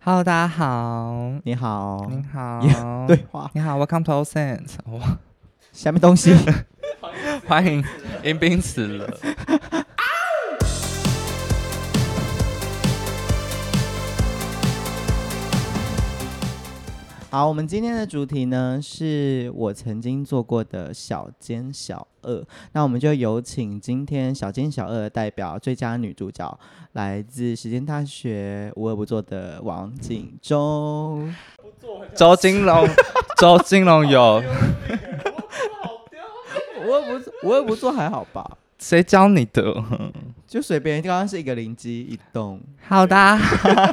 Hello，大家好，你好，，你 好对话你好，Welcome to o s e n s 下面东西 欢迎迎宾死了。好，我们今天的主题呢是我曾经做过的小奸小恶，那我们就有请今天小奸小恶的代表最佳女主角，来自时间大学无恶不作的王景中。 周金龙， 周金龙有无恶不作无恶不作还好吧，谁教你的就随便。刚刚是一个灵机一动， ？Hello，大家好，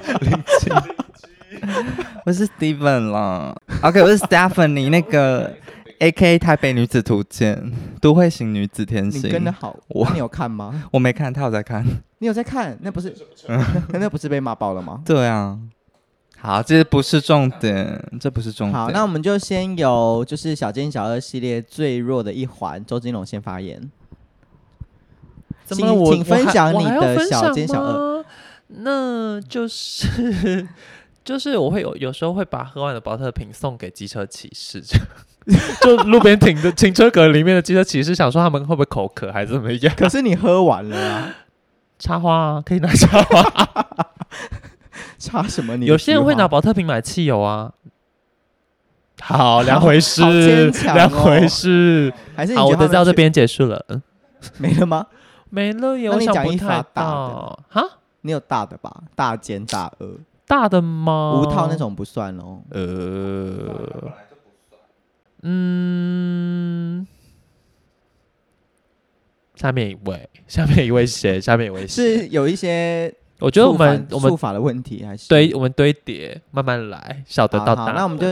我是 Steven 啦。OK，我是 Stephanie，那个 AK 台北女子图鉴，都会型女子天你跟的性。好，嗯我那你有看吗？ 我没看，他有在看。你有在看？ 那不是那不是被骂爆了吗？对啊，好，这不是重点，这不是重点。好，那我们就先由就是小奸小恶系列最弱的一环，周金龙先发言。怎请么了？我请分享你的小奸奸小恶。恶，那就是就是 我会有有时候会把喝完的保特瓶送给机车骑士， 就就路边停的停车格里面的机车骑士，想说他们会不会口渴还是怎么样？ 可是你喝完了、啊， 插花啊，可以拿插花。差什 么你？有些人会拿保特瓶买汽油啊。好，两回事好坚，强哦两回事。还是你好，我觉得的他到们这边结束了，嗯没了吗？没了耶。那我你想讲不一发太大的到哈，你有大的吧？大奸大恶，大的吗？无套那种不算哦。呃，嗯，下面一位，下面一位谁？下面一位谁？是有一些我觉得触我们犯我们触法的问题，还是堆我们堆叠，慢慢来，小的好到好大。那我们就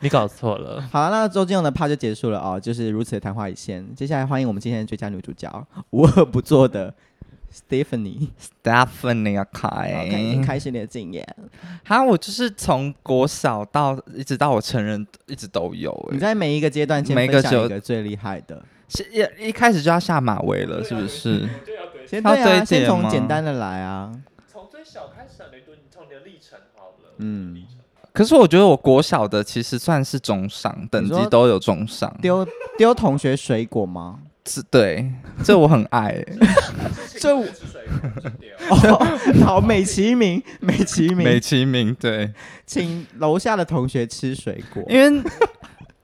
你搞错了，好了，那周金勇的趴就结束了哦，就是如此的昙花一现。接下来欢迎我们今天的最佳女主角，无恶不作的 Stephanie， Stephanie 啊，好凯，开请开始你的竞演。哈，我就是从国小到一直到我成人，一直都有、你欸。在每一个阶段先每分个享就一个最厉害的，是一一开始就要下马威了，是啊不是？先要对啊，堆先叠从吗简单的来啊。从最小开始，你你从你的历程好了。嗯，可是我觉得我国小的其实算是中上，等级都有中上。丢丢同学水果吗？是，对，这我很 爱、欸这我 哦，好，美 其名，美其美名，其名对，请楼下的同学吃水果。因为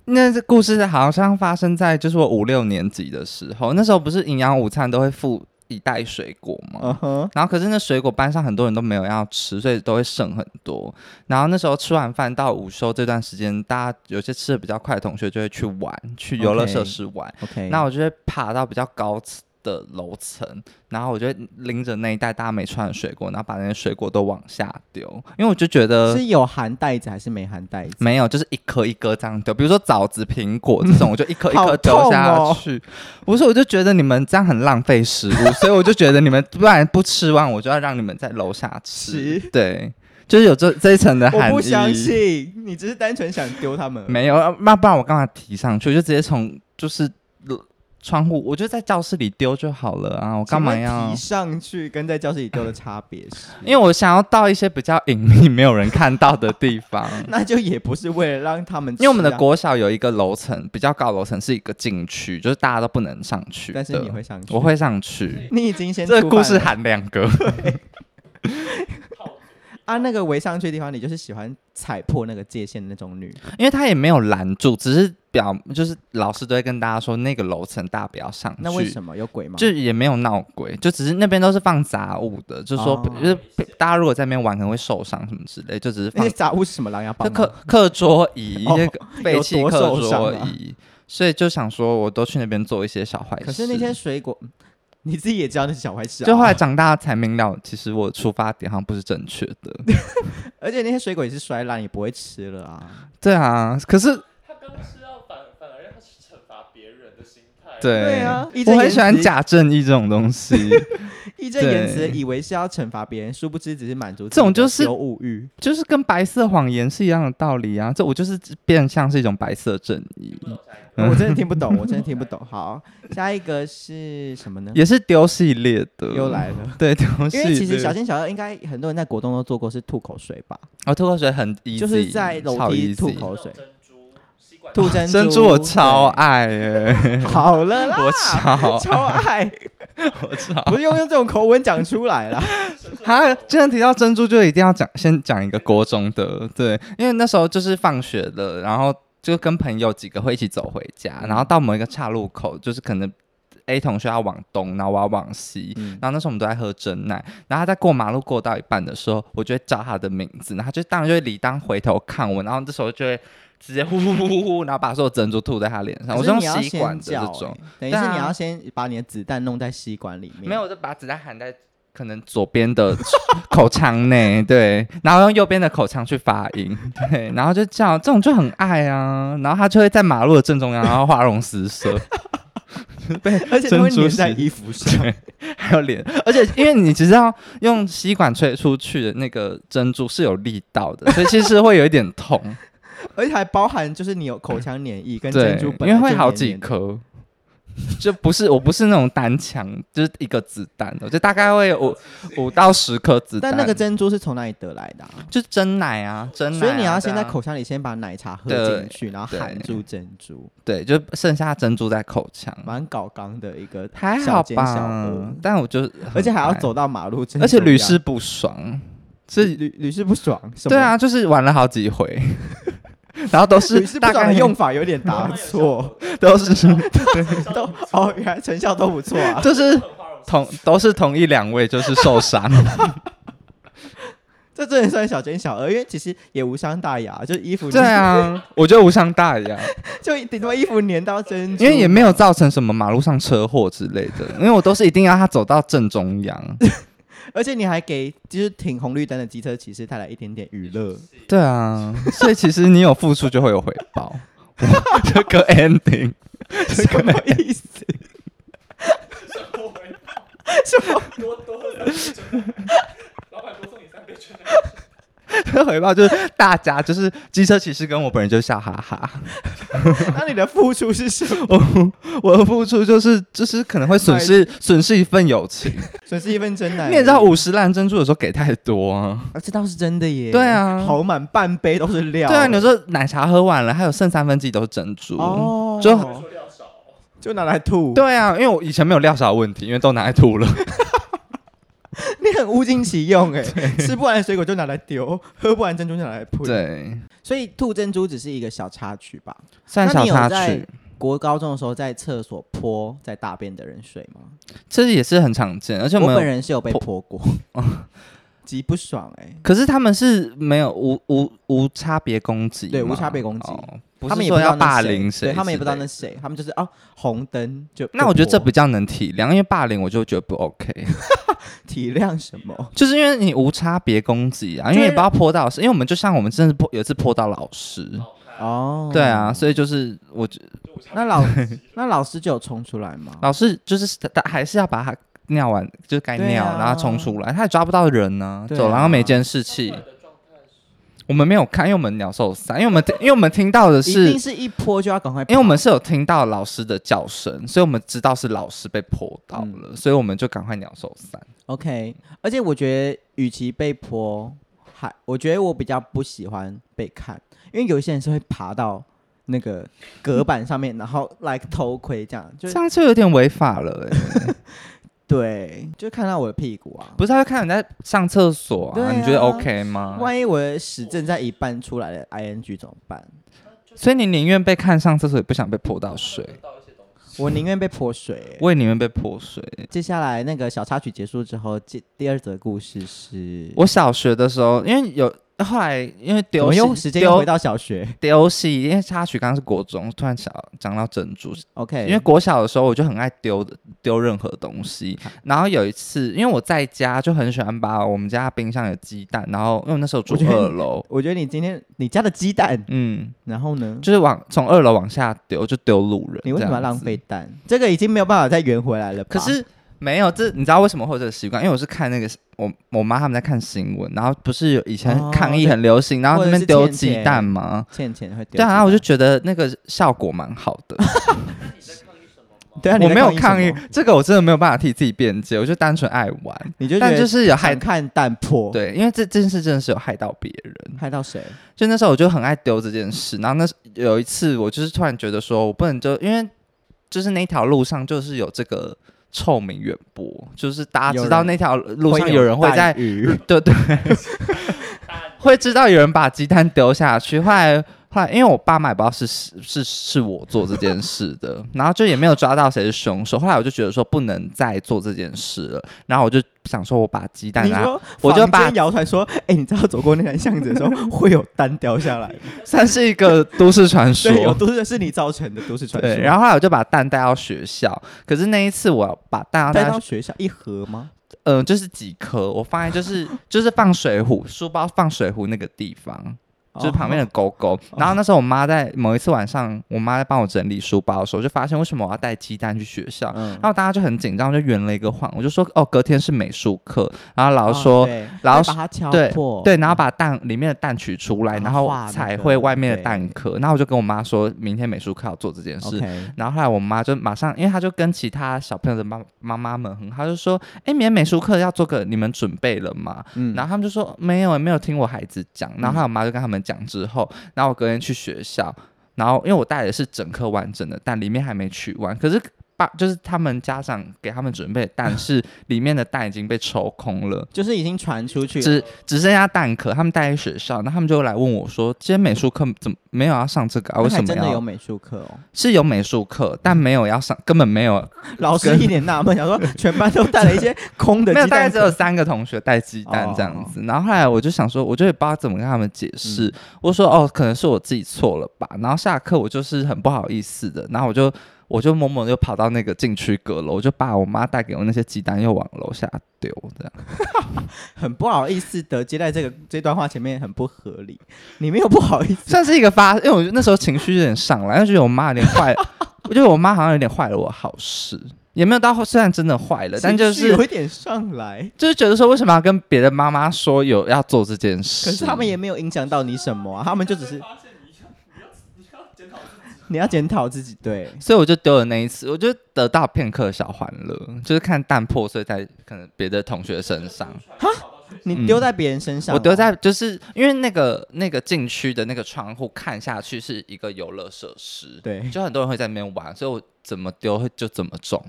那这故事好像发生在就是我五六年级的时候，那时候不是营养午餐都会附一袋水果吗？嗯哼，然后可是那水果班上很多人都没有要吃，所以都会剩很多。然后那时候吃完饭到午休这段时间，大家有些吃的比较快的同学就会去玩，去游乐设施玩。 ，OK，那我就会爬到比较高的楼层，然后我就会拎着那一袋大家没穿的水果，然后把那些水果都往下丢，因为我就觉得是有含袋子还是没含袋子？没有，就是一颗一颗这样丢。比如说枣子、苹果这种，我就一颗一颗好丢下痛哦去。不是，我就觉得你们这样很浪费食物，所以我就觉得你们不然不吃完，我就要让你们在楼下吃。吃对，就是有这这一层的含我义。不 相信，你只是单纯想丢他们。没有，啊那不然我干嘛提上去？我就直接从就是呃窗户，我就在教室里丢就好了啊！我请干嘛问要提？上去跟在教室里丢的差别是？因为我想要到一些比较隐秘、没有人看到的地方。 那就也不是为了让他们吃啊，因为我们的国小有一个楼层比较高，楼层是一个禁区，就是大家都不能上去的。 但是你会上去，我，会上去。你已经先这个触故犯事了含两 个，啊，那个围上去的地方，你就是喜欢踩破那个界限的那种女。因为他也没有拦住，只是表就是老师都会跟大家说那个楼层大家不要上去。那为什么有鬼吗？就也没有闹鬼，就只是那边都是放杂物的，就说、哦就是大家如果在那边玩可能会受伤什么之类，就只是那放 些杂物是什么狼牙棒就吗？课课桌椅，哦那个废弃有多课受伤桌啊椅，所以就想说我都去那边做一些小坏事。可是那些水果，嗯你自己也知道那是小坏事啊。就后来长大才明了，其实我出发点好像不是正确的。 而且那些水果也是摔烂，也不会吃了啊。对啊，可是他刚吃到反反而让他去惩罚别人的心态，对对啊义正我很言喜欢辞假正义这种东 西，义正言辞，对以为是要惩罚别人，殊不知只是满足这种就是有物欲。就是跟白色谎言是一样的道理啊。这我就是变相是一种白色正义，嗯我真的听不懂，我真的听不懂。好，下一个是什 么呢？也是丢系列的。又来了。对丢系 因列，为其实小仙小二应该很多人在国中都做过，是吐口水吧？哦，吐口水很 easy，就是在楼超 easy 梯吐口水，吐珍珠。哦珍珠我超爱爱，哦耶、 好 了啦，我超超爱，我操！不是用用这种口吻讲出 来啦。他既然提到珍珠，就一定要讲，先讲一个国中的，对，因为那时候就是放学了，然后就跟朋友几个会一起走回家，然后到某一个岔路口，就是可能 A 同学要往东，然后我要往西，嗯然后那时候我们都在喝真奶，然后他在过马路过到一半的时候，我就会叫他的名字，然后他就当然就会理当回头看我，然后这时候就会直接呼呼呼呼呼，然后把所有珍珠吐在他脸上，我是可是用你要吸管先的这叫种欸，，等于对是啊你要先把你的子弹弄在吸管里面。没有，我就把子弹含在可能左边的 口腔内，对，然后用右边的口腔去发音，对，然后就这样，这种就很爱啊，然后他就会在马路的正中央，然后花容失 色，而且它会珍珠粘在是衣服上。还有脸，而且因为你只知道用吸管吹出去的那个珍珠是有力道 的，所以其实会有一点痛， 而且还包含就是你有口腔黏液跟珍对珠，本因来为会就黏黏的，好几颗。就不是我不是那种单枪，就是一个子弹，我就大概会有五五到十颗子弹。但那个珍珠是从哪里得来的、啊？就是真奶啊，真奶啊、所以你要先在对啊口腔里先把奶茶喝对进去，然后对含住珍珠，对，就剩下珍珠在口腔，蛮搞刚的一个，还小好奸小吧恶？但我就而且还要很爱，走到马路正中央，而且屡试不爽，是，屡屡试不爽，什么对，啊，就是玩了好几回， 然后都屡是试不大爽概的用法有点答错， 都 是都哦，原来成效都不错啊。就是同都是同一两位就是受伤， 这真的算小奸小恶，因为其实也无伤大雅，就是衣服对，啊，我觉得无伤大雅， 就顶多衣服粘到珍珠，因为也没有造成什么马路上车祸之类的，因为我都是一定要他走到正中央，而且你还给就是停红绿灯的机车骑士带来一点点娱乐，对啊，所以其实你有付出就会有回 报，哇这个 ending。什么意思？回报就是大家就是机车骑士跟我本人就笑哈哈，那你的付出是什么？我的付出就是就是可能会损失损失一份友情。损失一份真奶。你也知道五十烂珍珠有时候给太多啊，啊，这倒是真的耶。对啊好满半杯都是料。对啊，你说奶茶喝完了还有剩三分之一都是珍珠，哦，就就拿来吐。， 对啊，因为我以前没有料少的问题，因为都拿来吐了，你很物尽其用哎，吃不完的水果就拿来丢，喝不完珍珠就拿来吐。，对，所以吐珍珠只是一个小插曲吧。算那小你有插在曲，国高中的时候，在厕所泼在大便的人水吗？这也是很常见，而且我我们本有。人是有被泼过， 极不爽哎。可是他们是没有无无无差别攻击吗，对无差别攻击哦不他们是也不说知道要那霸谁凌对谁，他们也不知道那谁，他们就是哦红灯就。那我觉得这不比较能体谅，因为霸凌我就觉得不 OK， 体谅什么。就是因为你无差别攻击啊，就是因为你不要泼到老师，因为我们就像我们真的是泼有一次泼到老师， 哦，对啊，，所以就是我觉那 老那老师就有冲出来吗？老师就是他还是要把他尿完，就是该对尿，啊然后冲出来，他也抓不到人呢、对啊走廊又没监视器。我们没有看，因为我们鸟兽散，因为我们听因为我们听到的一是定，是一泼就要赶快跑，因为我们是有听到老师的叫声，所以我们知道是老师被泼到了，嗯所以我们就赶快鸟兽散。 OK。而且我觉得，与其被泼，还我觉得我比较不喜欢被看，因为有一些人是会爬到那个隔板上面，然后来偷窥这样，就这样就有点违法了、 欸，对，就看到我的屁股啊。不是，他会看你在上厕所对啊，啊你觉得 OK 吗？万一我的屎正在一半出来的 ing 怎么办？所以你宁愿被看上厕所，也不想被泼到水。我宁愿被泼水欸、我也宁愿被泼水。接下来那个小插曲结束之后，第第二则故事是我小学的时候，因为有那后来因为我丢们戏又时间又回丢到小学丢戏，因为插曲刚刚是国中，突然想讲到珍珠， ，OK，因为国小的时候我就很爱丢丢任何东西，嗯然后有一次，因为我在家就很喜欢把我们家冰箱有鸡蛋，然后因为我那时候住我觉得二楼，我觉得你今天你家的鸡蛋，嗯，然后呢，就是往从二楼往下丢，就丢路人。你为什么要这样浪子费啊蛋？这个已经没有办法再圆回来了吧。可是没有这，你知道为什么会有这个习惯？因为我是看那个我我妈他们在看新闻，然后不是有以前哦抗议对很流行，然后或那者边是丢欠鸡钱蛋吗？欠钱会丢鸡对蛋。啊，然后我就觉得那个效果蛮好的。对啊，你我在没有抗议议什么，这个，我真的没有办法替自己辩解，我就单纯爱玩，你就觉但得就是有害喊看蛋破，，对，因为这这件事真的是有害到别人。害到谁？就那时候我就很爱丢这件事，然后那时有一次我就是突然觉得说，我不能就因为就是那条路上就是有这个臭名远播，就是大家知道有人那条路上有人会在蛋鱼，对对，会知道有人把鸡蛋丢下去。后来后来，因为我爸妈也不知道是是是是我做这件事的，然后就也没有抓到谁是凶手。后来我就觉得说不能再做这件事了，然后我就想说我把鸡蛋你拿说我就坊把间谣传说，哎，你知道走过那条巷子的 时候会有蛋掉下来，算是一个都市传说，对，有都市是你造成的都市传对，说。然后后来我就把蛋带到学校，可是那一次我把蛋带带到到，学校一盒吗？嗯、呃，就是几颗，我放在就是 就是放水壶，书包放水壶那个地方，哦就是旁边的的沟沟。然后那时候我妈在某一次晚上，我妈在帮我整理书包的时候，就发现为什么我要带鸡蛋去学校。嗯然后大家就很紧张，就圆了一个谎。我就说哦，隔天是美术课，然后老师说、哦对然后会把它敲对破，对，然后把蛋里面的蛋取出来，然然后后哦啊画那彩个绘外面的对哦蛋壳。然后我就跟我妈说明天美术课要做这件事， ，OK，然后后来我妈就马上，因为她就跟其他小朋友的妈妈妈们很好，她就说：“哎，明天美术课要做个，你们准备了吗？”嗯然后他们就说：“没有，没有听我孩子讲。”然后后来我妈就跟他们讲之后，然后我隔天去学校，然后因为我带的是整颗完整的蛋，里面还没取完，可是。爸就是他们家长给他们准备的 蛋是里面的蛋已经被抽空了，就是已经传出去了，只只剩下蛋壳。他们带去学校，然后他们就来问我说：“今天美术课怎么没有要上这个啊？那为还什么真的要有美术课哦？是有美术课，嗯但没有要上，根本没有 老师一脸纳闷，想说全班都带了一些空的没有，鸡大概蛋只有壳，三个同学带鸡蛋哦嗯这样子。然后后来我就想说，我就也不知道怎么跟他们解释，我说哦，可能是我自己错了吧。然后下课我就是很不好意思的，然后我就我就默默地就跑到那个禁区阁楼，我就把我妈带给我那些鸡蛋又往楼下丢，这样很不好意思的接在这个这段话前面很不合理，你没有不好意思，算是一个发，因为我那时候情绪有点上来，就觉得我妈有点坏， 我觉得我妈好像有点坏了我好事。也没有到虽然真的坏了， 但就情绪是有一点上来，就是觉得说，为什么要跟别的妈妈说有要做这件事？可是他们也没有影响到你什么啊、他们就只是。你要检讨自己，对，所以我就丢了那一次，我就得到片刻小欢乐，就是看蛋破碎在可能别的同学身上，你丢在别人身嗯上、我丢，在就是因为那个那个禁区的那个窗户看下去是一个游乐设施，对就很多人会在那边玩，所以我怎么丢会就怎么 中，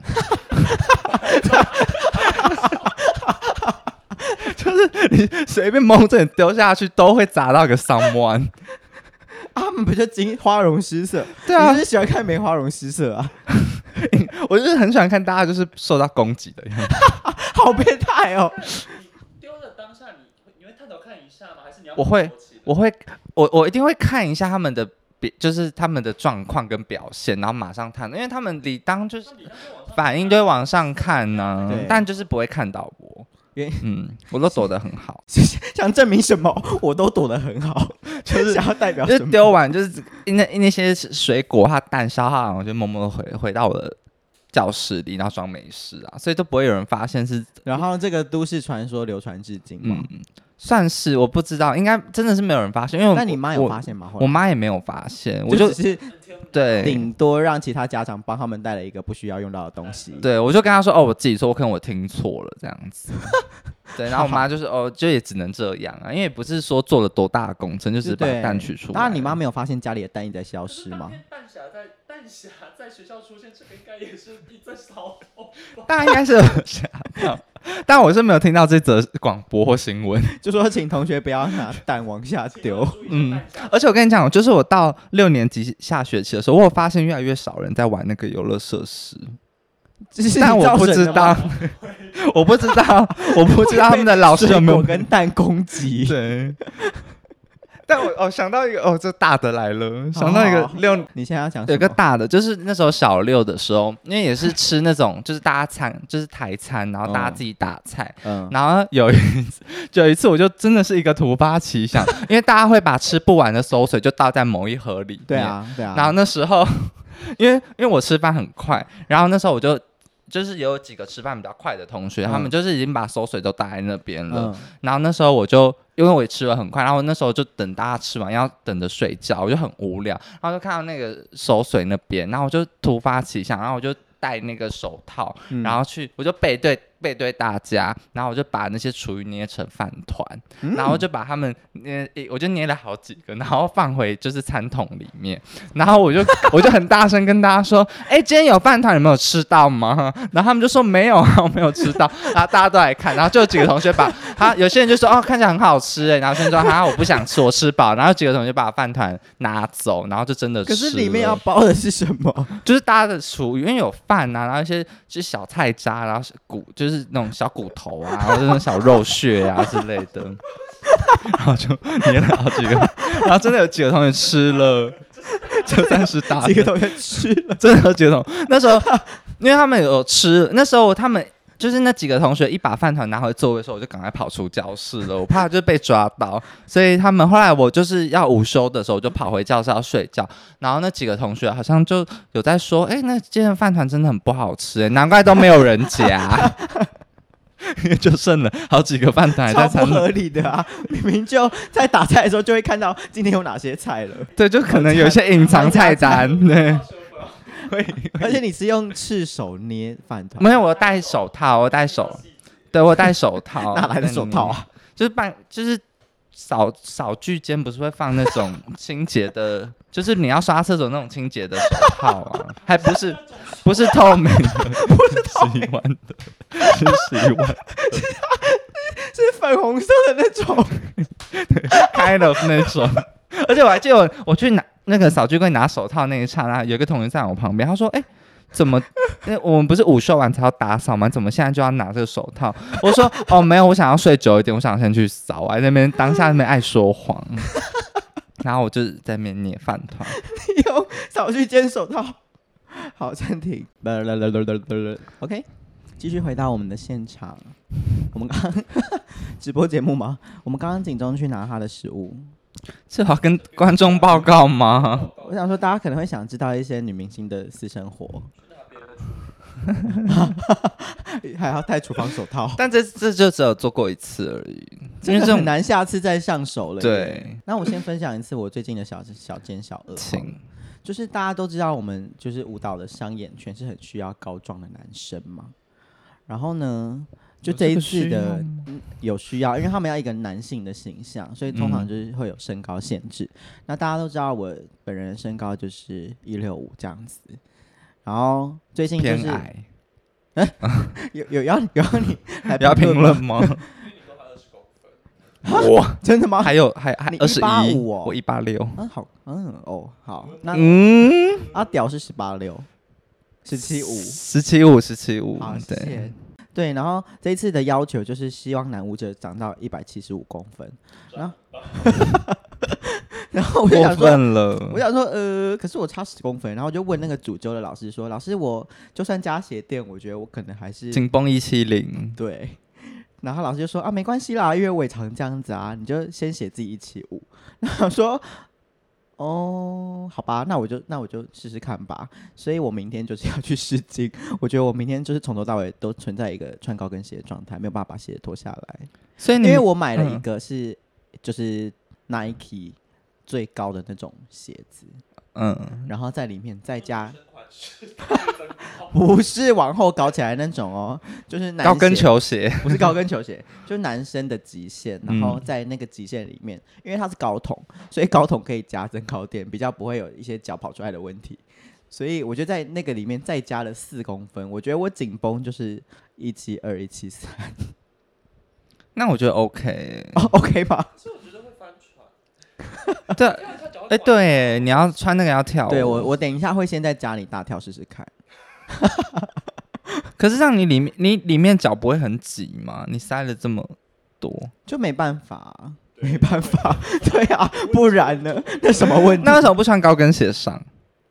就是你随便蒙着你丢下去都会砸到个 someone，啊他们不就金花容失色？对啊你是喜欢看梅花容失色啊？ 我就是很喜欢看大家就是受到攻击的样子，好变态哦！丢的当下你会你会探头看一下吗？还是你要我会躲起来我会，我我一定会看一下他们的表，就是他们的状况跟表现，然后马上探，因为他们理当就是反应都会往上看呢、对但就是不会看到我原。嗯，我都躲得很好，想证明什么？我都躲得很好，就是 想要代表就什是么？丢完就是那那些水果它蛋消化完，我就默默地回回到我的教室里，然后装没事啊，所以都不会有人发现是然后这个都市传说流传至今嘛嗯，，算是我不知道，应该真的是没有人发现，因为那你妈有我发现吗？后来我妈也没有发现，我就哎只是对顶多让其他家长帮他们带了一个不需要用到的东西。，对，我就跟他说，哦，我自己说，我可能我听错了这样 子。对，然后我妈就是，哦，就也只能这样啊，因为不是说做了多大的工程，就只是把对蛋取出来。当然，你妈没有发现家里的蛋一直在消失当吗？ 天弹匣在弹匣在学校出现，这个应该也是一阵骚动。大家应该是有吓到，但我是没有听到这则广播或新 闻。就说请同学不要拿蛋往下 丢。嗯，而且我跟你讲，就是我到六年级下学期的时候，我有发现越来越少人在玩那个游乐设施，这是但你我造不成知的道 吗， 我不知道，我不知道他们的老师有没水有果跟蛋攻击。对，但我哦想到一个哦，这大的来了，想到一个哦好六你现在要讲哦有什一个么？大的，就是那时候小六的时候，因为也是吃那种 就是大家餐，就是台餐，然后大家嗯自己打菜。嗯，然后有一次， 有一次我就真的是一个突发奇 想，因为大家会把吃不完的馊水就倒在某一盒里。对。啊，对啊。然后那时候， 因为因为我吃饭很快，然后那时候我就就是有几个吃饭比较快的同学，他们嗯就是已经把馊水都倒在那边了。嗯，然后那时候我就因为我也吃的很快，然后那时候就等大家吃完要等着睡觉，我就很无聊，然后就看到那个手水那边，然后我就突发奇想，然后我就戴那个手套，嗯然后去我就背对背对大家，然后我就把那些厨余捏成饭团，嗯然后就把他们捏，诶我就捏了好几个，然后放回就是餐桶里面，然后我就 我就很大声跟大家说，哎、今天有饭团，你们有吃到吗？ 然后他们就说没有啊，我没有吃到，然后大家都来看，然后就有几个同学把，他有些人就说哦看起来很好吃哎、然后先说哈我不想吃，我吃饱，然后有几个同学就把饭团拿走，然后就真的吃可了，是里面要包的是什么？就是大家的厨余，因为有饭啊，然后一些就是小菜渣，然后是骨就是那种小骨头啊，然后那种小肉屑啊之类 的，然后就捏了好几个，然后真的有几个同学吃 了，就算是大几个的同学吃了， 真的有几个同那时候， 因为他们有吃，那时候他们。就是那几个同学一把饭团拿回座位的时候，我就赶快跑出教室了，我怕就是被抓到，所以他们后来我就是要午休的时候，我就跑回教室要睡觉，然后那几个同学好像就有在说，哎、那今天的饭团真的很不好吃、诶难怪都没有人 夹，因为 就剩了好几个饭团还在餐超不桌合理的 啊！明明就在打菜的时候就会看到今天有哪些菜 了，对，就可能有一些隐藏菜单，对，会而且你是用赤手捏饭团，没有我戴手套，我戴手，对我戴手 套，哪来的对手你套啊？就是办就是扫扫具间不是会放那 种清洁的，就是你要刷厕所那种清洁的手套啊，还不是不是透明的，不是洗碗的，是洗碗是粉红色的那种， kind of 那种。 而且我还记得我我去拿那个扫具柜拿手套那一刹那，有一个同学在我旁边，他说：“哎、怎么？那我们不是午休完才要打扫吗？怎么现在就要拿这个手套？”我说：“哦，没有，我想要睡久一点，我想先去扫。”我还在那边当下那边爱说谎， 然后我就在那边捏饭团。用扫去煎手套。 好，暂停。OK，继续回到我们的现场。我们刚 直播节目吗？我们刚刚警钟去拿他的食物。这好跟观众报告吗？我想说，大家可能会想知道一些女明星的私生活， 还要戴厨房手套，但这这就只有做过一次而已，因真为这的很种难下次再上手了。。对，那我先分享一次我最近的小小奸小恶好了，请就是大家都知道，我们就是舞蹈的商演圈是很需要高壮的男生嘛。然后呢，就有这这一个次需要的吗嗯有需要，因为他们要一个男性的形象，所以通常嗯就是会有身高限制。那大家都知道，我本人的身高就是一六五这样子。然后最近就偏是矮，有有要有要你来不要评吗论 吗？ 哇！真的吗？还有还还啊你二十185一，哦我一八六。嗯，好，嗯，哦，好，那、嗯，阿啊屌是十八六，十七五，十七五，十七五好，，谢对，谢。对，然后这一次的要求就是希望男舞者长到一百七十五公分，然后，然后我就过想说，分我了。想说，呃，可是我差十公分，然后我就问那个主修的老师说，老师，我就算加鞋垫，我觉得我可能还是紧绷一七零，对。然后老师就说啊，没关系啦，因为我也常这样子啊，你就先写自己一七五。 然后我说，哦，好吧，那我就那我就试试看吧。所以我明天就是要去试镜，我觉得我明天就是从头到尾都存在一个穿高跟鞋的状态，没有办法把鞋脱下来，所以因你为我买了一嗯个是、就是 Nike 最高的那种鞋子，嗯，然后在里面再加。不是往后搞起来那种哦，就是男高跟鞋球鞋，不是高跟球鞋，就是男生的极限，然嗯后在那个极限里面，因为它是高筒，所以高筒可以加增高垫，比较不会有一些脚跑出来的问题。所以我就在那个里面再加了四公分，我觉得我紧绷就是一七二、一七 三那我觉得 OK。哦，OK 吧？对，哎，对，你要穿那个要跳舞。对我，我等一下会先在家里大跳试试看。可是让你里面你里面脚不会很挤吗？你塞了这么多，就没办法啊、没办法，对啊，不然呢？那什么问题？那为什么不穿高跟鞋上？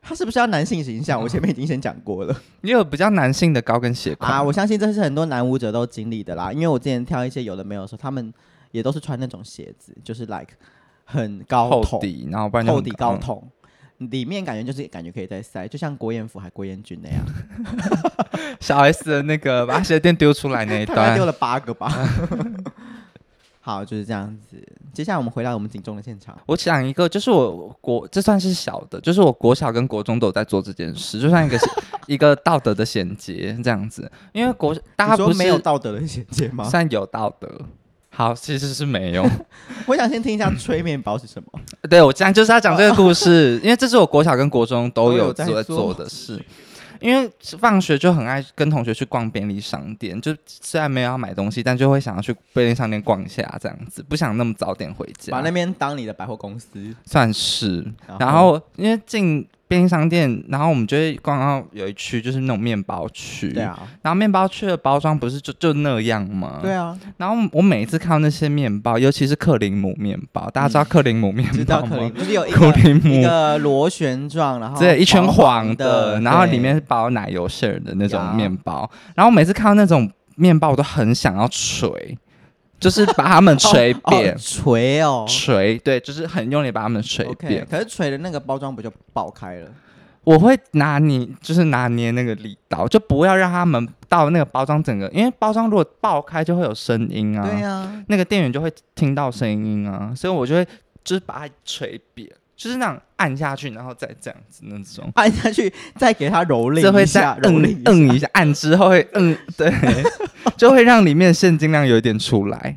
他是不是要男性形象？我前面已经先讲过了你有比较男性的高跟鞋款 啊，吗我相信这是很多男舞者都经历的啦。因为我之前跳一些有的没有的时候，他们也都是穿那种鞋子，就是 like 很高筒厚、底，然后不然就厚很嗯底高筒，里面感觉就是感觉可以再塞，就像郭彦甫还郭彦均那 样，嗯小 S 的那个把鞋垫丢出来那一 大概段丢，了 八个吧。好，就是这样子。接下来我们回到我们警钟的现场。我想一个，就是我国这算是小的，就是我国小跟国中都有在做这件事，就像一个一个道德的衔接这样子。因为国大你家说不是没有道德的衔接吗？算有道德，好其实是没有。 我想先听一下催眠包是什么。 对我讲就是要讲这个故事，因为这是我国小跟国中都都有有在在做做的事。因为放学就很爱跟同学去逛便利商店，就虽然没有要买东西，但就会想要去便利商店逛一下，这样子不想那么早点回家把那，边当你的百货公司，算是。然后然后因为进便利商店，然后我们就会逛到有一区就是那种面包区，对啊，然后面包区的包装不是就就那样吗？对啊，然后我每一次看到那些面包，尤其是克林姆面包，大家知道克林姆面嗯知道包可吗能？就是有一克个林姆一个螺旋状，然后对，一圈黄哦的的，，然后对里面是包奶油馅儿的那呀种面包。然后每次看到那种面包，我都很想要捶，就是把它们捶 哦扁，锤哦。捶，对，就是很用力把它们捶 OK，扁。可是锤的那个包装不就爆开了？我会拿捏，就是拿捏那个力道，就不要让它们到那个包装整个，因为包装如果爆开就会有声音啊，对呀，那个店员就会听到声音啊，所以我就会就是把它捶扁，就是那样按下去，然后再这样子那种。按下去再给它蹂这躏会一再下，蹂躏摁一下摁一下，按之后会摁， 对，就会让里面的现金量有一点出来。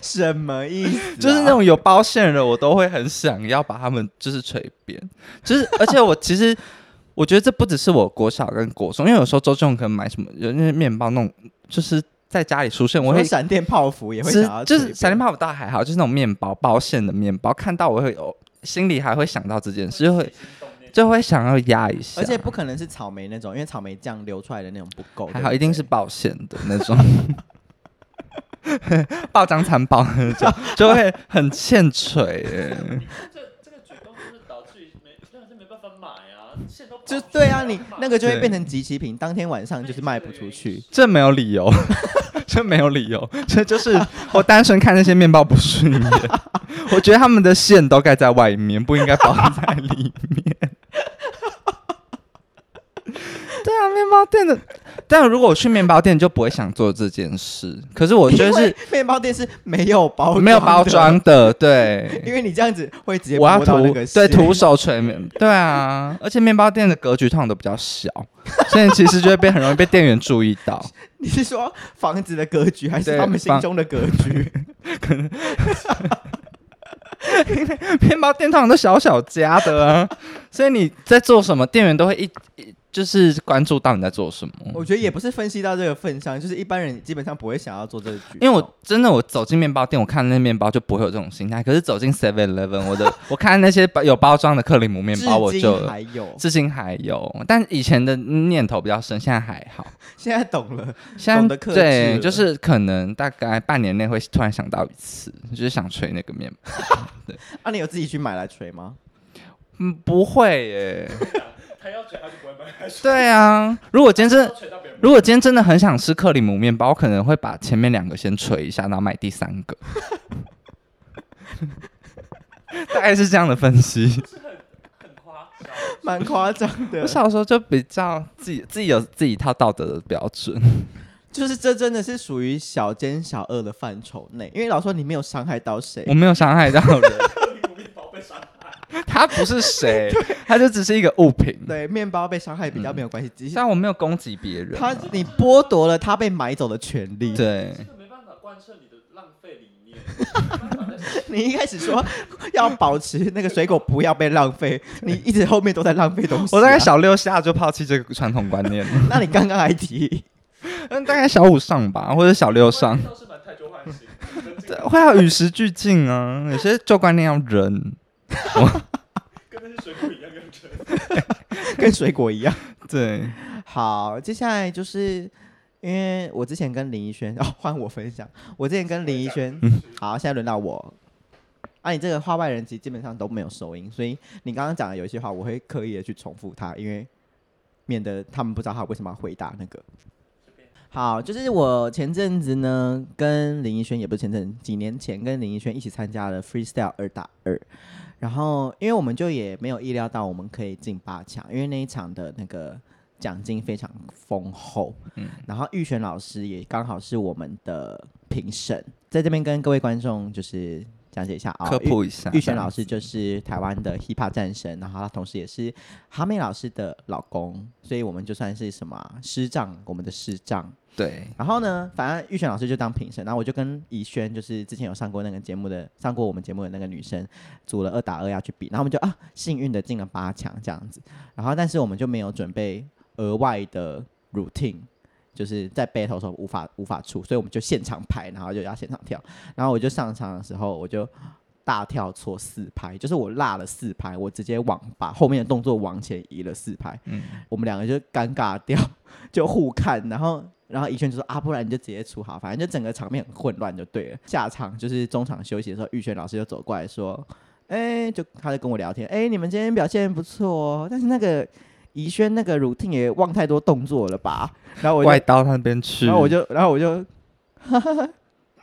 什么意思啊？就是那种有包馅的，我都会很想要把它们就是捶扁，就是而且我其实我觉得这不只是我国小跟国中，因为有时候周正可能买什么有那些面包那种，就是在家里出现，我说会闪电泡芙也会只想要就捶是扁闪电泡芙倒还好，就是那种面包包馅的面包，看到我会有心里还会想到这件事，就会就会想要压一下，而且不可能是草莓那种，因为草莓酱流出来的那种不够。还对好，不一定对是保险的那种， 爆张残暴那种，就会很欠锤、欸。 这这个举动就是导致于没让人家没办法买啊，现在都就爆对啊，了你干嘛那个就会对变成集齐品，当天晚上就是卖不出去。这没有理由， 这没有理由，这就是我单纯看那些面包不顺眼， 我觉得他们的馅都盖在外面，不应该包在里面。 对啊，面包店的， 但如果我去面包店就不会想做这件事。可是我觉得因为是面包店是没有包装的没有包装，的，对，因为你这样子会直接我要摸到徒那个对线 徒手捶面，对啊，而且面包店的格局通常都比较小，所以其实就会被很容易被店员注意到。你是说房子的格局，还是对他们心房嗯中的格局？ 面包店通常都小小家的、啊，所以你在做什么，店员都会一一就是关注到你在做什么。我觉得也不是分析到这个份上，就是一般人基本上不会想要做这个举动。因为我真的我走进面包店，我看那面包就不会有这种心态。可是走进 Seven Eleven，我的 我看那些有包装的克里姆面包，我至就今还有，至今还有，但以前的念头比较深，现在还好。现在懂了，懂现得在克制对，了就是可能大概半年内会突然想到一次，就是想吹那个面包。啊，你有自己去买来锤吗？ 嗯，不会耶。 他要卷他就不会买，他对啊，如果今天真要卷到别人买。如果今天真的很想吃克里姆面包，我可能会把前面两个先吹一下，然后买第三个。 大概是这样的分析。很花招，蛮夸张 的我，小时候就比较自己自己有自己一套道德的标准，就是这真的是属于小奸小恶的范畴内，因为老说你没有伤害到谁 我，没有伤害到 人，克里姆面包被伤害，他不是 谁，他就只是一个物品。对，面包被伤害比较嗯没有关系，只是但我没有攻击别人啊、他你剥夺了他被买走的权利。对。这个没办法贯彻你的浪费理念，没办法在 你一开始说要保持那个水果不要被浪费，你一直后面都在浪费东西、啊我大概，小六下就抛弃这个传统观念了， 那你刚刚还提，嗯，大概小五上吧，或者小六上，倒是蛮太旧换新，跟这对个会要与时俱进啊，有些旧观念要扔，跟那些水果一样认真。跟水果一样。 对，好，接下来就是。因为我之前跟林依轩，哦，换我分享，我之前跟林依轩，嗯好，现在轮到我。啊，你这个话外人其实基本上都没有收音，所以你刚刚讲的有一些话，我会刻意的去重复它，因为免得他们不知道他为什么要回答那个。好，就是我前阵子呢，跟林依轩也不是前阵子，几年前跟林依轩一起参加了 Freestyle 二打二，然后因为我们就也没有意料到我们可以进八强，因为那一场的那个奖金非常丰厚，嗯，然后玉璇老师也刚好是我们的评审，在这边跟各位观众就是讲解一下啊，科玉普一下。玉璇老师就是台湾的 hip hop 战神，然后他同时也是哈妹老师的老公，所以我们就算是什么啊师长，我们的师长。对，然后呢，反正玉璇老师就当评审，然后我就跟怡轩，就是之前有上过那个节目的，上过我们节目的那个女生，组了二打二要去比，然后我们就啊幸运的进了八强这样子，然后但是我们就没有准备额外的 routine。就是在 battle 的时候无法无法出，所以我们就现场排，然后就要现场跳。然后我就上场的时候，我就大跳错四拍，就是我落了四拍，我直接往把后面的动作往前移了四拍，嗯我们两个就尴尬掉， 就互看，然后。然后怡轩就说啊，不然你就直接出好，反正就整个场面很混乱就对了。下场就是中场休息的时候，玉轩老师就走过来说，哎、就他就跟我聊天，哎、你们今天表现不错哦，但是那个怡轩那个 routine 也忘太多动作了吧？然后我就怪到那边去。然后我就，然后我就，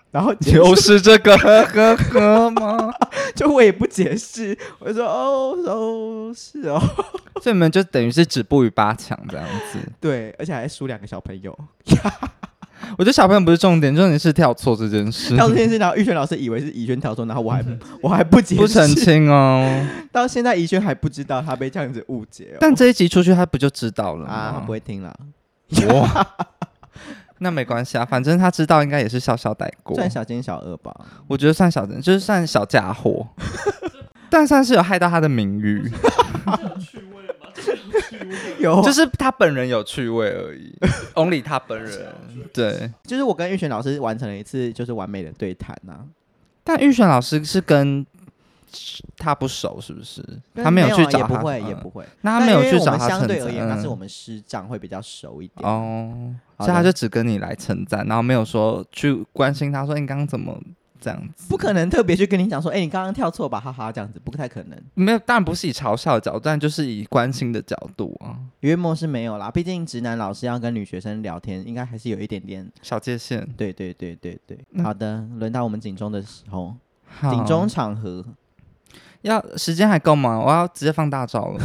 然后结就是这个呵呵呵吗？ 就我也不解释，我就说哦哦是哦， 所以你们就等于是止步于八强这样子。对，而且还输两个小朋友。我觉得小朋友不是重点，重点是跳错这件事，到这件事，然后玉轩老师以为是怡轩跳错，然后我还 我还不解嗯不澄释，清哦。 到现在怡轩还不知道他被这样子误解、哦。但嗯这一集出去，他不就知道了吗？啊，他不会听了，哇， 那没关系啊，反正他知道应该也是笑笑带过。算小奸小恶吧。。我觉得算小，就是算小家伙，但算是有害到他的名誉，这有趣味吗？这有趣味有啊，就就是是他本人有趣味而已，only 他本人。对，就是我跟玉轩老师完成了一次就是完美的对谈呐、啊。但玉璇老师是跟他不熟，是不是？跟他没有去啊找也他，不会，也嗯不。会。那他但没有因为去我找们他相称对赞而言，那是我嗯们师长会比较熟一点。哦，好所以他就的只跟你来称赞，然后没有说去关心他说你刚刚怎么这样子。不可能特别去跟你讲说，哎、你刚刚跳错吧，哈哈，这样子不太可能。没有，当然不是以嘲笑的角度，但就是以关心的角度啊，约莫是没有啦，毕竟直男老师要跟女学生聊天，应该还是有一点点。小界限。对对对对对，嗯好的，轮到我们警钟的时候，好警钟场合，要时间还够吗？我要直接放大招了。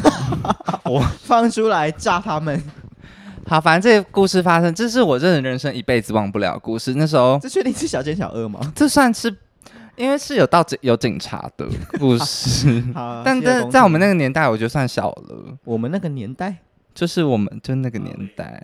放出来炸他们， 好，反正这个故事发生，这是我真的人生一辈子忘不了的故事。那时候这确定是小奸小恶吗？这算是，因为是有到警有警察的故 事，好，但啊谢谢但公在我主们那个年代，我觉得算小了，我们那个年代，就是我们就那个年代，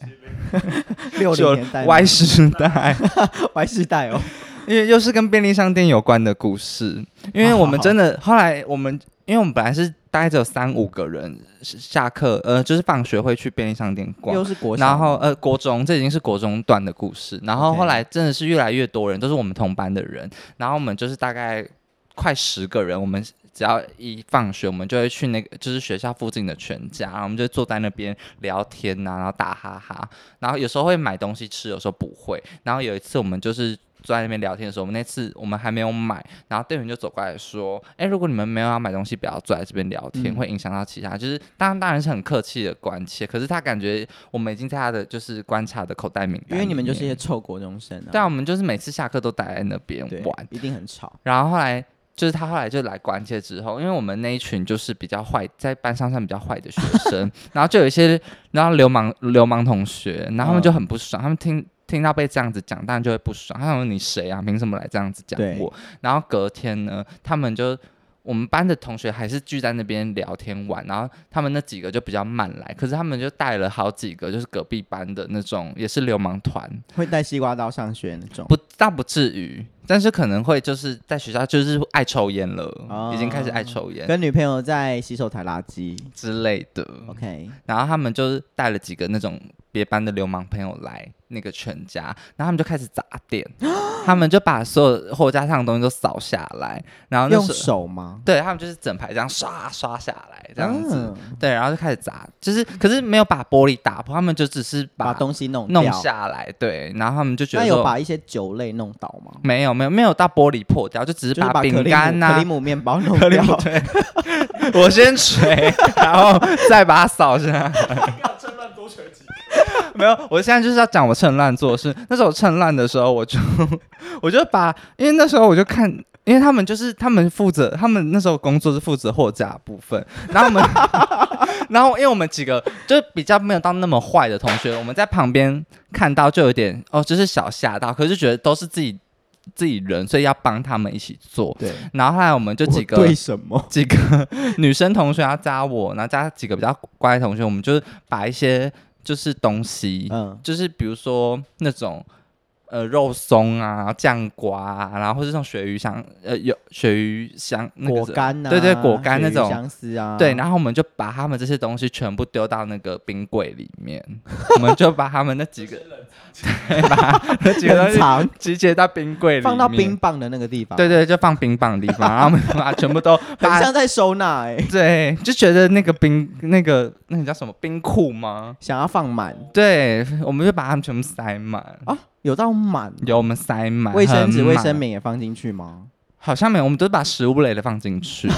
六零就年代吗歪时代。 歪世代哦，因为又是跟便利商店有关的故事，因为我们真哦的后来我们，因为我们本来是大概只有三五个人，是下课呃就是放学会去便利商店逛又，是国小，然后呃国中这已经是国中段的故事，然后 OK 后来真的是越来越多人，都是我们同班的人，然后我们就是大概快十个人，我们。只要一放学，我们就会去那个就是学校附近的全家，然后我们就坐在那边聊天呐、然后打哈哈，然后有时候会买东西吃，有时候不会。然后有一次我们就是坐在那边聊天的时候，我们那次我们还没有买，然后店员就走过来说：“哎，如果你们没有要买东西，不要坐在这边聊天，嗯会影响到其他。”就是当然当然是很客气的关切，可是他感觉我们已经在他的就是观察的口袋名单里面，因为你们就是一些臭国中生啊，对啊，我们就是每次下课都待在那边对玩，，一定很吵，然后后来就是他后来就来关切之后，因为我们那一群就是比较坏，在班上算比较坏的学生，然后就有一些然后流氓流氓同学，然后他们就很不爽，他们听。听到被这样子讲，当然就会不爽。他想说你谁啊？凭什么来这样子讲对我？然后隔天呢，他们就我们班的同学还是聚在那边聊天玩，然后他们那几个就比较慢来，可是他们就带了好几个就是隔壁班的那种也是流氓团，会带西瓜刀上学那种。不，倒不至于，但是可能会就是在学校就是爱抽烟了，已经开始爱抽烟啊跟女朋友在洗手台垃圾。之类的。 OK，然后他们就是带了几个那种别班的流氓朋友来那个全家，然后他们就开始砸 店，他们就把所有货架上的东西都扫下来，然啊后那用时候手吗？对他们就是整排这样刷刷下来这样子，嗯对，然后就开始砸，就是可是没有把玻璃打破，他们就只是把把东西弄弄掉。下来，对，然后他们就觉那得有说把一些酒类弄倒吗？没有没有没有到玻璃破掉，就只是就是把可饼丽干姆呐、可丽姆面包 弄可丽掉 姆，对，我先捶，然后再把它扫下来。你看趁乱多学几个，没有，我现在就是要讲我趁烂做的事。那时候我趁烂的时候，我就 我就把，因为那时候我就看，因为他们就是他们负责，他们那时候工作是负责货架部分，然后我们， 然后因为我们几个就是比较没有到那么坏的同学，我们在旁边看到就有点哦，就是小吓到，可是就觉得都是自己自己人，所以要帮他们一起做。对，然后后来我们就几个我对什么？几个 女生同学要加我，然后加几个比较乖的同学，我们就是把一些就是东西，嗯，就是比如说那种呃肉松啊、酱瓜啊，然后或是像鳕鱼香呃有鳕鱼香那个果是干呐、啊对对果干那鳕鱼种相思啊，对，然后我们就把他们这些东西全部丢到那个冰柜里面，我们就把他们那几个真冷藏 那几个东冷西藏集结到冰柜里面，放到冰。棒的那个地方，对，对，就放冰棒的地方，然后我们把全部都 很把像在收纳哎、对，就觉得那个冰那个那个叫什么冰库吗？想要放满对，我们就把它们全部塞满，啊，有到满，有我们塞满卫生纸、很卫满生棉也放进去吗？好像没有，我们都把食物类的放进 去，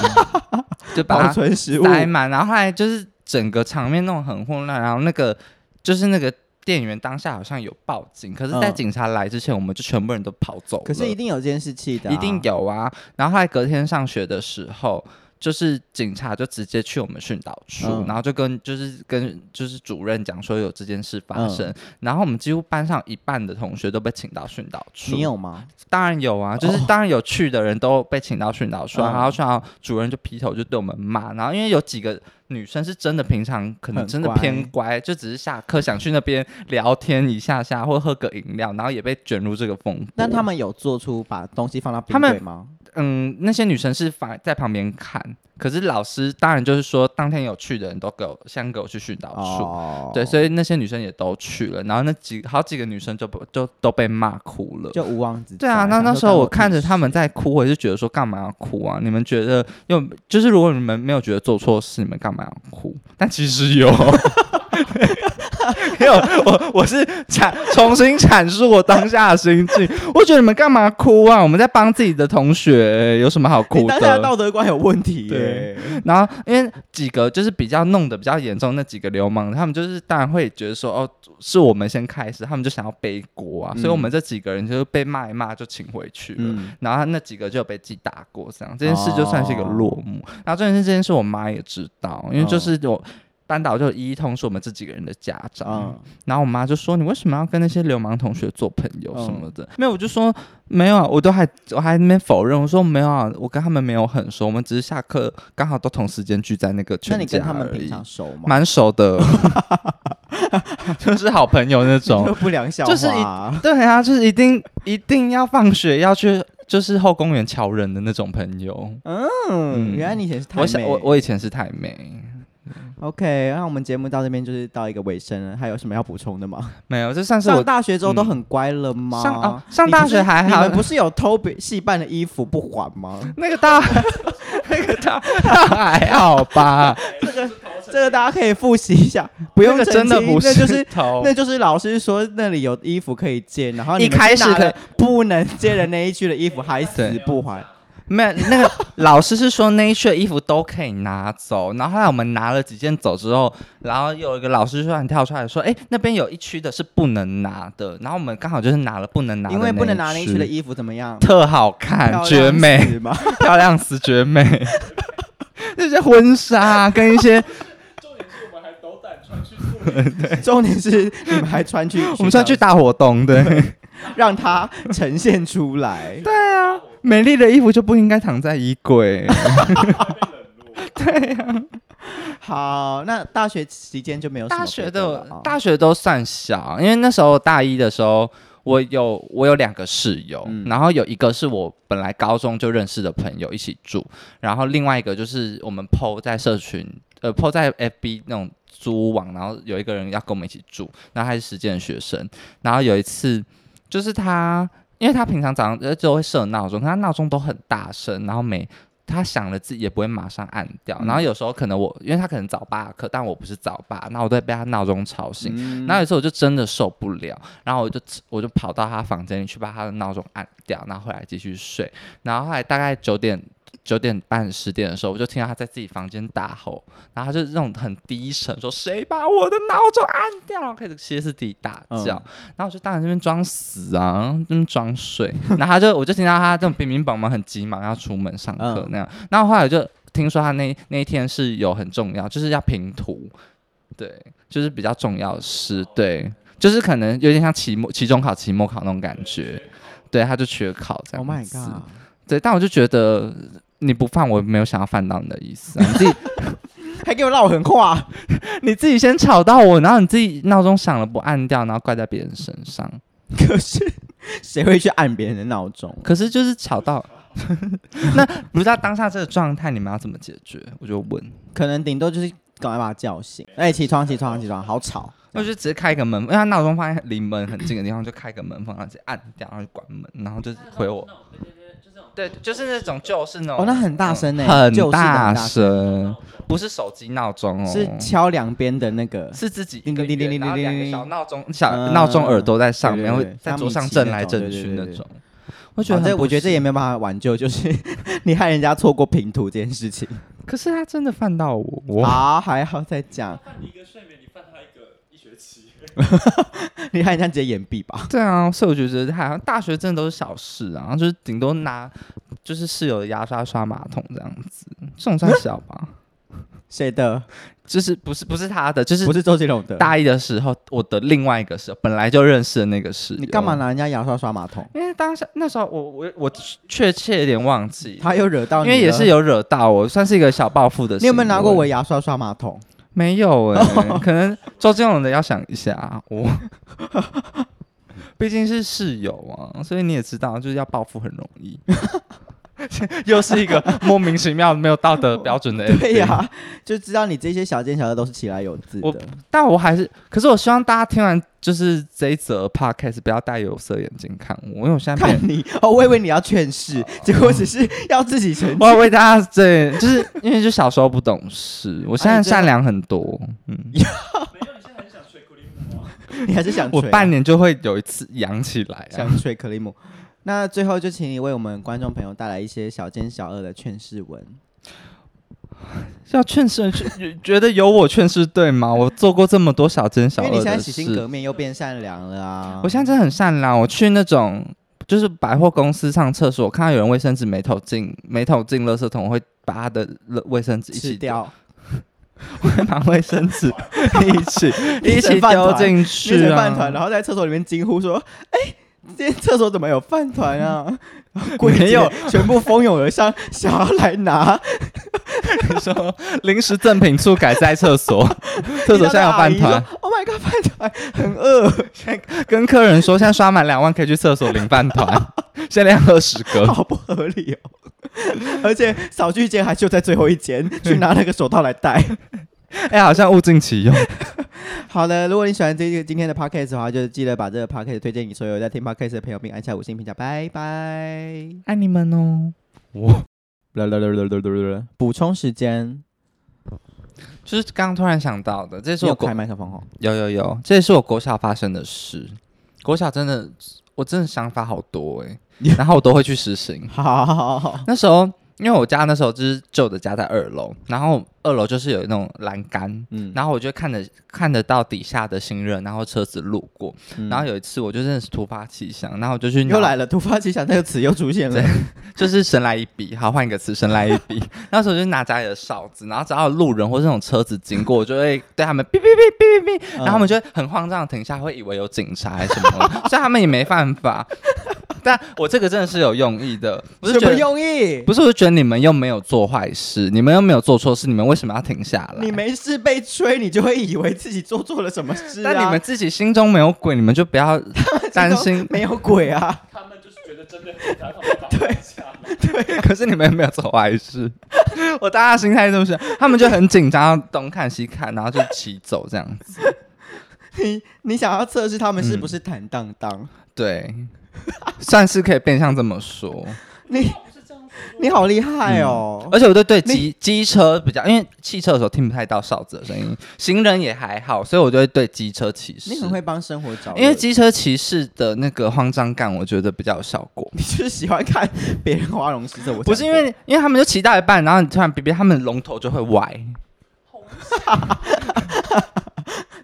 就把保它存食物，塞满，然后后来就是整个场面弄得很混乱，然后那个就是那个。店员当下好像有报警，可是，在嗯警察来之前，我们就全部人都跑走了。可是一定有监视器的、啊，一定。有啊。然后后来隔天上学的时候，就是警察就直接去我们训导处，嗯然后就跟就是跟就是主任讲说有这件事发生，嗯然后我们几乎班上一半的同学都被请到训导处。你？有吗？当然有啊，就是当然有去的人都被请到训导处啊，嗯然后训导主任就劈头就对我们骂，然后因为有几个。女生是真的平常可能很真的乖偏乖，就只是下课想去那边聊天一下下，或喝个饮料，然后也被卷入这个风波。但他们有做出把东西放到冰他们柜吗？嗯，那些女生是反在旁边看，可是老师当然就是说，当天有去的人都给我先给我去训导处，哦对，所以那些女生也都去了，然后那几好几个女生就不就都被骂哭了。就无妄之灾。对啊，那想说那时候干我我屁看着事他们在哭，我就觉得说干嘛要哭啊？你们觉得又就是如果你们没有觉得做错事，你们干嘛要哭？但其实有， 没有我我是阐重新阐述我当下的心境。我觉得你们干嘛哭啊？我们在帮自己的同学，有什么好你哭当下的？道德观有问题耶、然后因为几个就是比较弄得比较严重那几个流氓，他们就是当然会觉得说哦，是我们先开始，他们就想要背锅啊，所以我们这几个人就是被骂一骂就请回去了。嗯，然后那几个就有被记打过，这样这件事就算是一个落幕。哦然后这件事，这件事我妈也知道，因为就是我班导就一一通知我们这几个人的家长，嗯，然后我妈就说：“你为什么要跟那些流氓同学做朋友什么的？”嗯没有，我就说没有啊，我都还我还那边否认，我说没有啊，我跟他们没有很熟，我们只是下课刚好都同时间聚在那个那全你家跟他们而已平常啊熟吗？蛮熟的， 就是好朋友那种 就。不良笑就是话、一啊， 对啊，就是一定一定要放学要去，就是后公园瞧人的那种朋友。嗯，嗯原来你以前是台我想妹我我以前是太妹， OK，那我们节目到这边就是到一个尾声了，还有什么要补充的吗？没有，这算是上我大学之后嗯都很乖了吗？上哦上你不大是学还好？你们不是有偷别戏班的衣服不还吗 那个大那个 大大还好 吧，这个是逃城这个大家可以复习一下，不用那个真的澄清不那就是是头。那就是老师说那里有衣服可以借，然后你哦一们开始去拿可以了不能借的那一区的衣服，还死 对不还。 没有，那个老师是说那一区的衣服都可以拿走，然后后来我们拿了几件走之后，然后有一个老师突然跳出来说：“哎，那边有一区的是不能拿的。”然后我们刚好就是拿了不能拿的，因为不能拿那一区的，衣服怎么样？特好看，绝美。嘛！漂亮死绝美， 那些婚纱、跟一些重点是我们还斗胆穿去宿营， 重点是你们还 穿去，我们算去大活动，对让它呈现出来。对啊，美丽的衣服就不应该躺在衣柜。会被冷落。好，那大学期间就没有什么大学别的了的啊大学都算小，因为那时候大一的时候，我有我有两个室友，嗯然后有一个是我本来高中就认识的朋友一起住，然后另外一个就是我们 PO 在社群呃 PO 在 FB 那种租屋网，然后有一个人要跟我们一起住，然后他是实践的学生，然后有一次就是他。因为他平常早上呃就会设闹钟，可他闹钟都很大声，然后每他想了自己也不会马上按掉，嗯然后有时候可能我因为他可能早八课，但我不是早八，那我都会被他闹钟吵醒，嗯然后有一次我就真的受不了，然后我就我就跑到他房间里去把他的闹钟按掉，然后回来继续睡。然后后来大概九点九点半十点的时候，我就听到他在自己房间大吼，然后他就那种很低沉说：“谁把我的闹钟按掉？”然后开始歇斯底里大叫。嗯然后我就当然这边装死啊，然后这边装睡。然后他就我就听到他这种乒乒乓乓很急忙要出门上课嗯那样。然后后来我就听说他那那一天是有很重要，就是要评图。对，就是比较重要的事，对，就是可能有点像期末、期中考、期末考那种感觉，对，他就缺考这样，Oh my 子 god，对，但我就觉得你不犯，我没有想要犯到你的意思、啊，你自 己还给我绕狠话， 你自己先吵到我，然后你自己闹钟响了不按掉，然后怪在别人身上，可是谁会去按别人的闹钟？可是就是吵到， 那不知道当下这个状态你们要怎么解决？我就问，可能顶多就是赶快把他叫醒，哎、起床起床起床，好吵，我就直接开一个门，因为他闹钟放在离门很近的地方，就开个门缝，然后直接按掉，然后就关门，然后就回我。对，就是那种就是那种哦，那很嗯大声呢、很旧式的很大大声，声，不是手机闹钟哦，是敲两边的那个，是自己叮一个叮叮人叮然后叮两叮个小叮闹钟小嗯闹钟耳朵在上面，对对会对在像桌上米奇震那来种震对去对那对对种。我觉反得很正我不觉得这也行，没有办法挽救，就是 你害人家错过平图这件事情。可是他真的犯到我，我 好，还好再讲，犯你一个睡眠，你犯他一个一学期。 你害人家直接掩蔽吧。对啊，所以我觉得好像大学真的都是小事啊，就是顶多拿就是室友的牙刷刷马桶这样子，这种算小 吧？谁的？就是不是不是他的，就是不是周杰伦的。大一的时候我的另外一个室友本来就认识的那个室友，你干嘛拿人家牙刷刷马桶？因为当下那时候我我我确切有点忘记，他又惹到因你，为也是。有惹到我，算是一个小报复的行为。你有没有拿过我的牙刷刷马桶？没有哎、哦可能周杰伦的要想一下， 我毕竟是室友啊，所以你也知道，就是要报复很容易。 又是一个莫名其妙没有道德标准的 哎对呀、 ending 就知道你这些小奸小恶都是起来有字我的。但我还是，可是我希望大家听完就是这一则 podcast 不要戴有色眼镜看我，因为我现在看变。 你哦，我以为你要劝世，结果只是要自己生我要为大家对，就是因为就小时候不懂事，我啊现在善良很多。嗯，没有，你现在很想吹苦力吗？ 气，你还是想我吹啊半年就会有一次痒起来、啊。想吹克里姆。那最后就请你为我们观众朋友带来一些小奸小恶的劝世文。要劝世人，觉觉得有我劝世对吗？我做过这么多小奸小因为恶你现在的洗心革事，面又变善良了啊！我现在真的很善良。我去那种就是百货公司上厕所，看到有人卫生纸没投进，没投进垃圾桶，我会把他的垃卫生纸一吃 起，掉，我会把卫生纸一起一起变成饭丢团进变去成啊。饭团，然后在厕所里面惊呼说：“哎、今天厕所怎么有饭团啊？” 鬼没有，全部蜂拥而上，想要来拿。你说临时赠品处改在厕所，厕所现在有饭听到那个阿团哦姨，说，Oh my god，饭团很饿，跟客人说现在刷满两万可以去厕所领饭 团，限量二十个。好不合理哦。而且扫具间还就在最后一 间，去拿那个手套来戴。哎、好像物尽其用。好的，如果你喜欢这个今天的 podcast 的话，就记得把这个 podcast 推荐给所有在听 podcast 的朋友，并按下五星评价。拜拜。爱你们哦。啦啦啦啦啦啦啦！补充时间，就是刚刚突然想到的，这是你有我国开麦克风哦。有有有，这也是我国小发生的事。国小真的，我真的想法好多哎、然后我都会去实行。好好好好，那时候，因为我家那时候就是旧的家在二楼，然后二楼就是有那种栏杆，嗯，然后我就看得看得到底下的行人，然后车子路过。嗯然后有一次，我就真的是突发奇想，然后我就去又拿来了，突发奇想这个词又出现了。就是神来一笔，好换一个词，神来一 笔。那时候就拿家里的哨子，然后只要有路人或是那种车子经过，我就会对他们哔哔哔哔哔哔，嗯 然后他们就会很慌张的停下，会以为有警察还是什么，所以他们也没办法。但我这个真的是有用意的，不是什觉么得用意？不是，我是觉得你们又没有做坏事，你们又没有做错事，你们为什么要停下来？你没事被吹，你就会以为自己做错了什么事、啊。但 你们自己心中没有鬼，你们就不要担心。没有鬼啊？ 他们就是觉得真的很他们打不下来。 可是你们也没有做坏事， 我大家心态都是，他们就很紧张，东看西看，然后就骑走这样子。你你想要测试他们嗯是不是坦荡荡？对， 算是可以变相这么说。你他不是这样说，你好厉害哦！而且我对对机机车比较，因为汽车的时候听不太到哨子的声音，行人也还好，所以我就会对机车歧视你。很会帮生活找乐，因为机车骑士的那个慌张感，我觉得比较有效果。 你就是喜欢看别人花容失色。我不是讲因过为，因为他们就骑到一半，然后你突然别别，他们龙头就会歪。好危险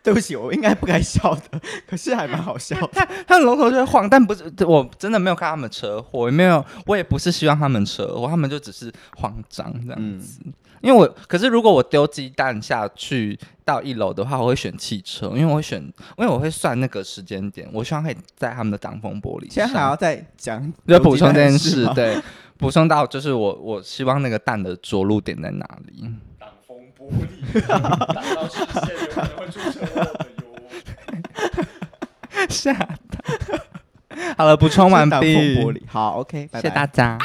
对不起，我应该不该笑的，可是还蛮好笑的。 他他的龙头就会晃，但不是我真的没有看他们车祸，也没有，我也不是希望他们车祸，他们就只是慌张这嗯样子。因为我可是如果我丢鸡蛋下去到一楼的话，我会选汽车，因为我会选，因为我会算那个时间点，我希望可以在他们的挡风玻璃现在上。还要再讲，就补充这件事，吗，对，补充到就是我我希望那个蛋的着陆点在哪里。挡风玻璃，挡到视线有可能会出车祸的哟。 吓到。好了，补充完挡风毕，玻璃。好，OK，拜谢谢大拜。家。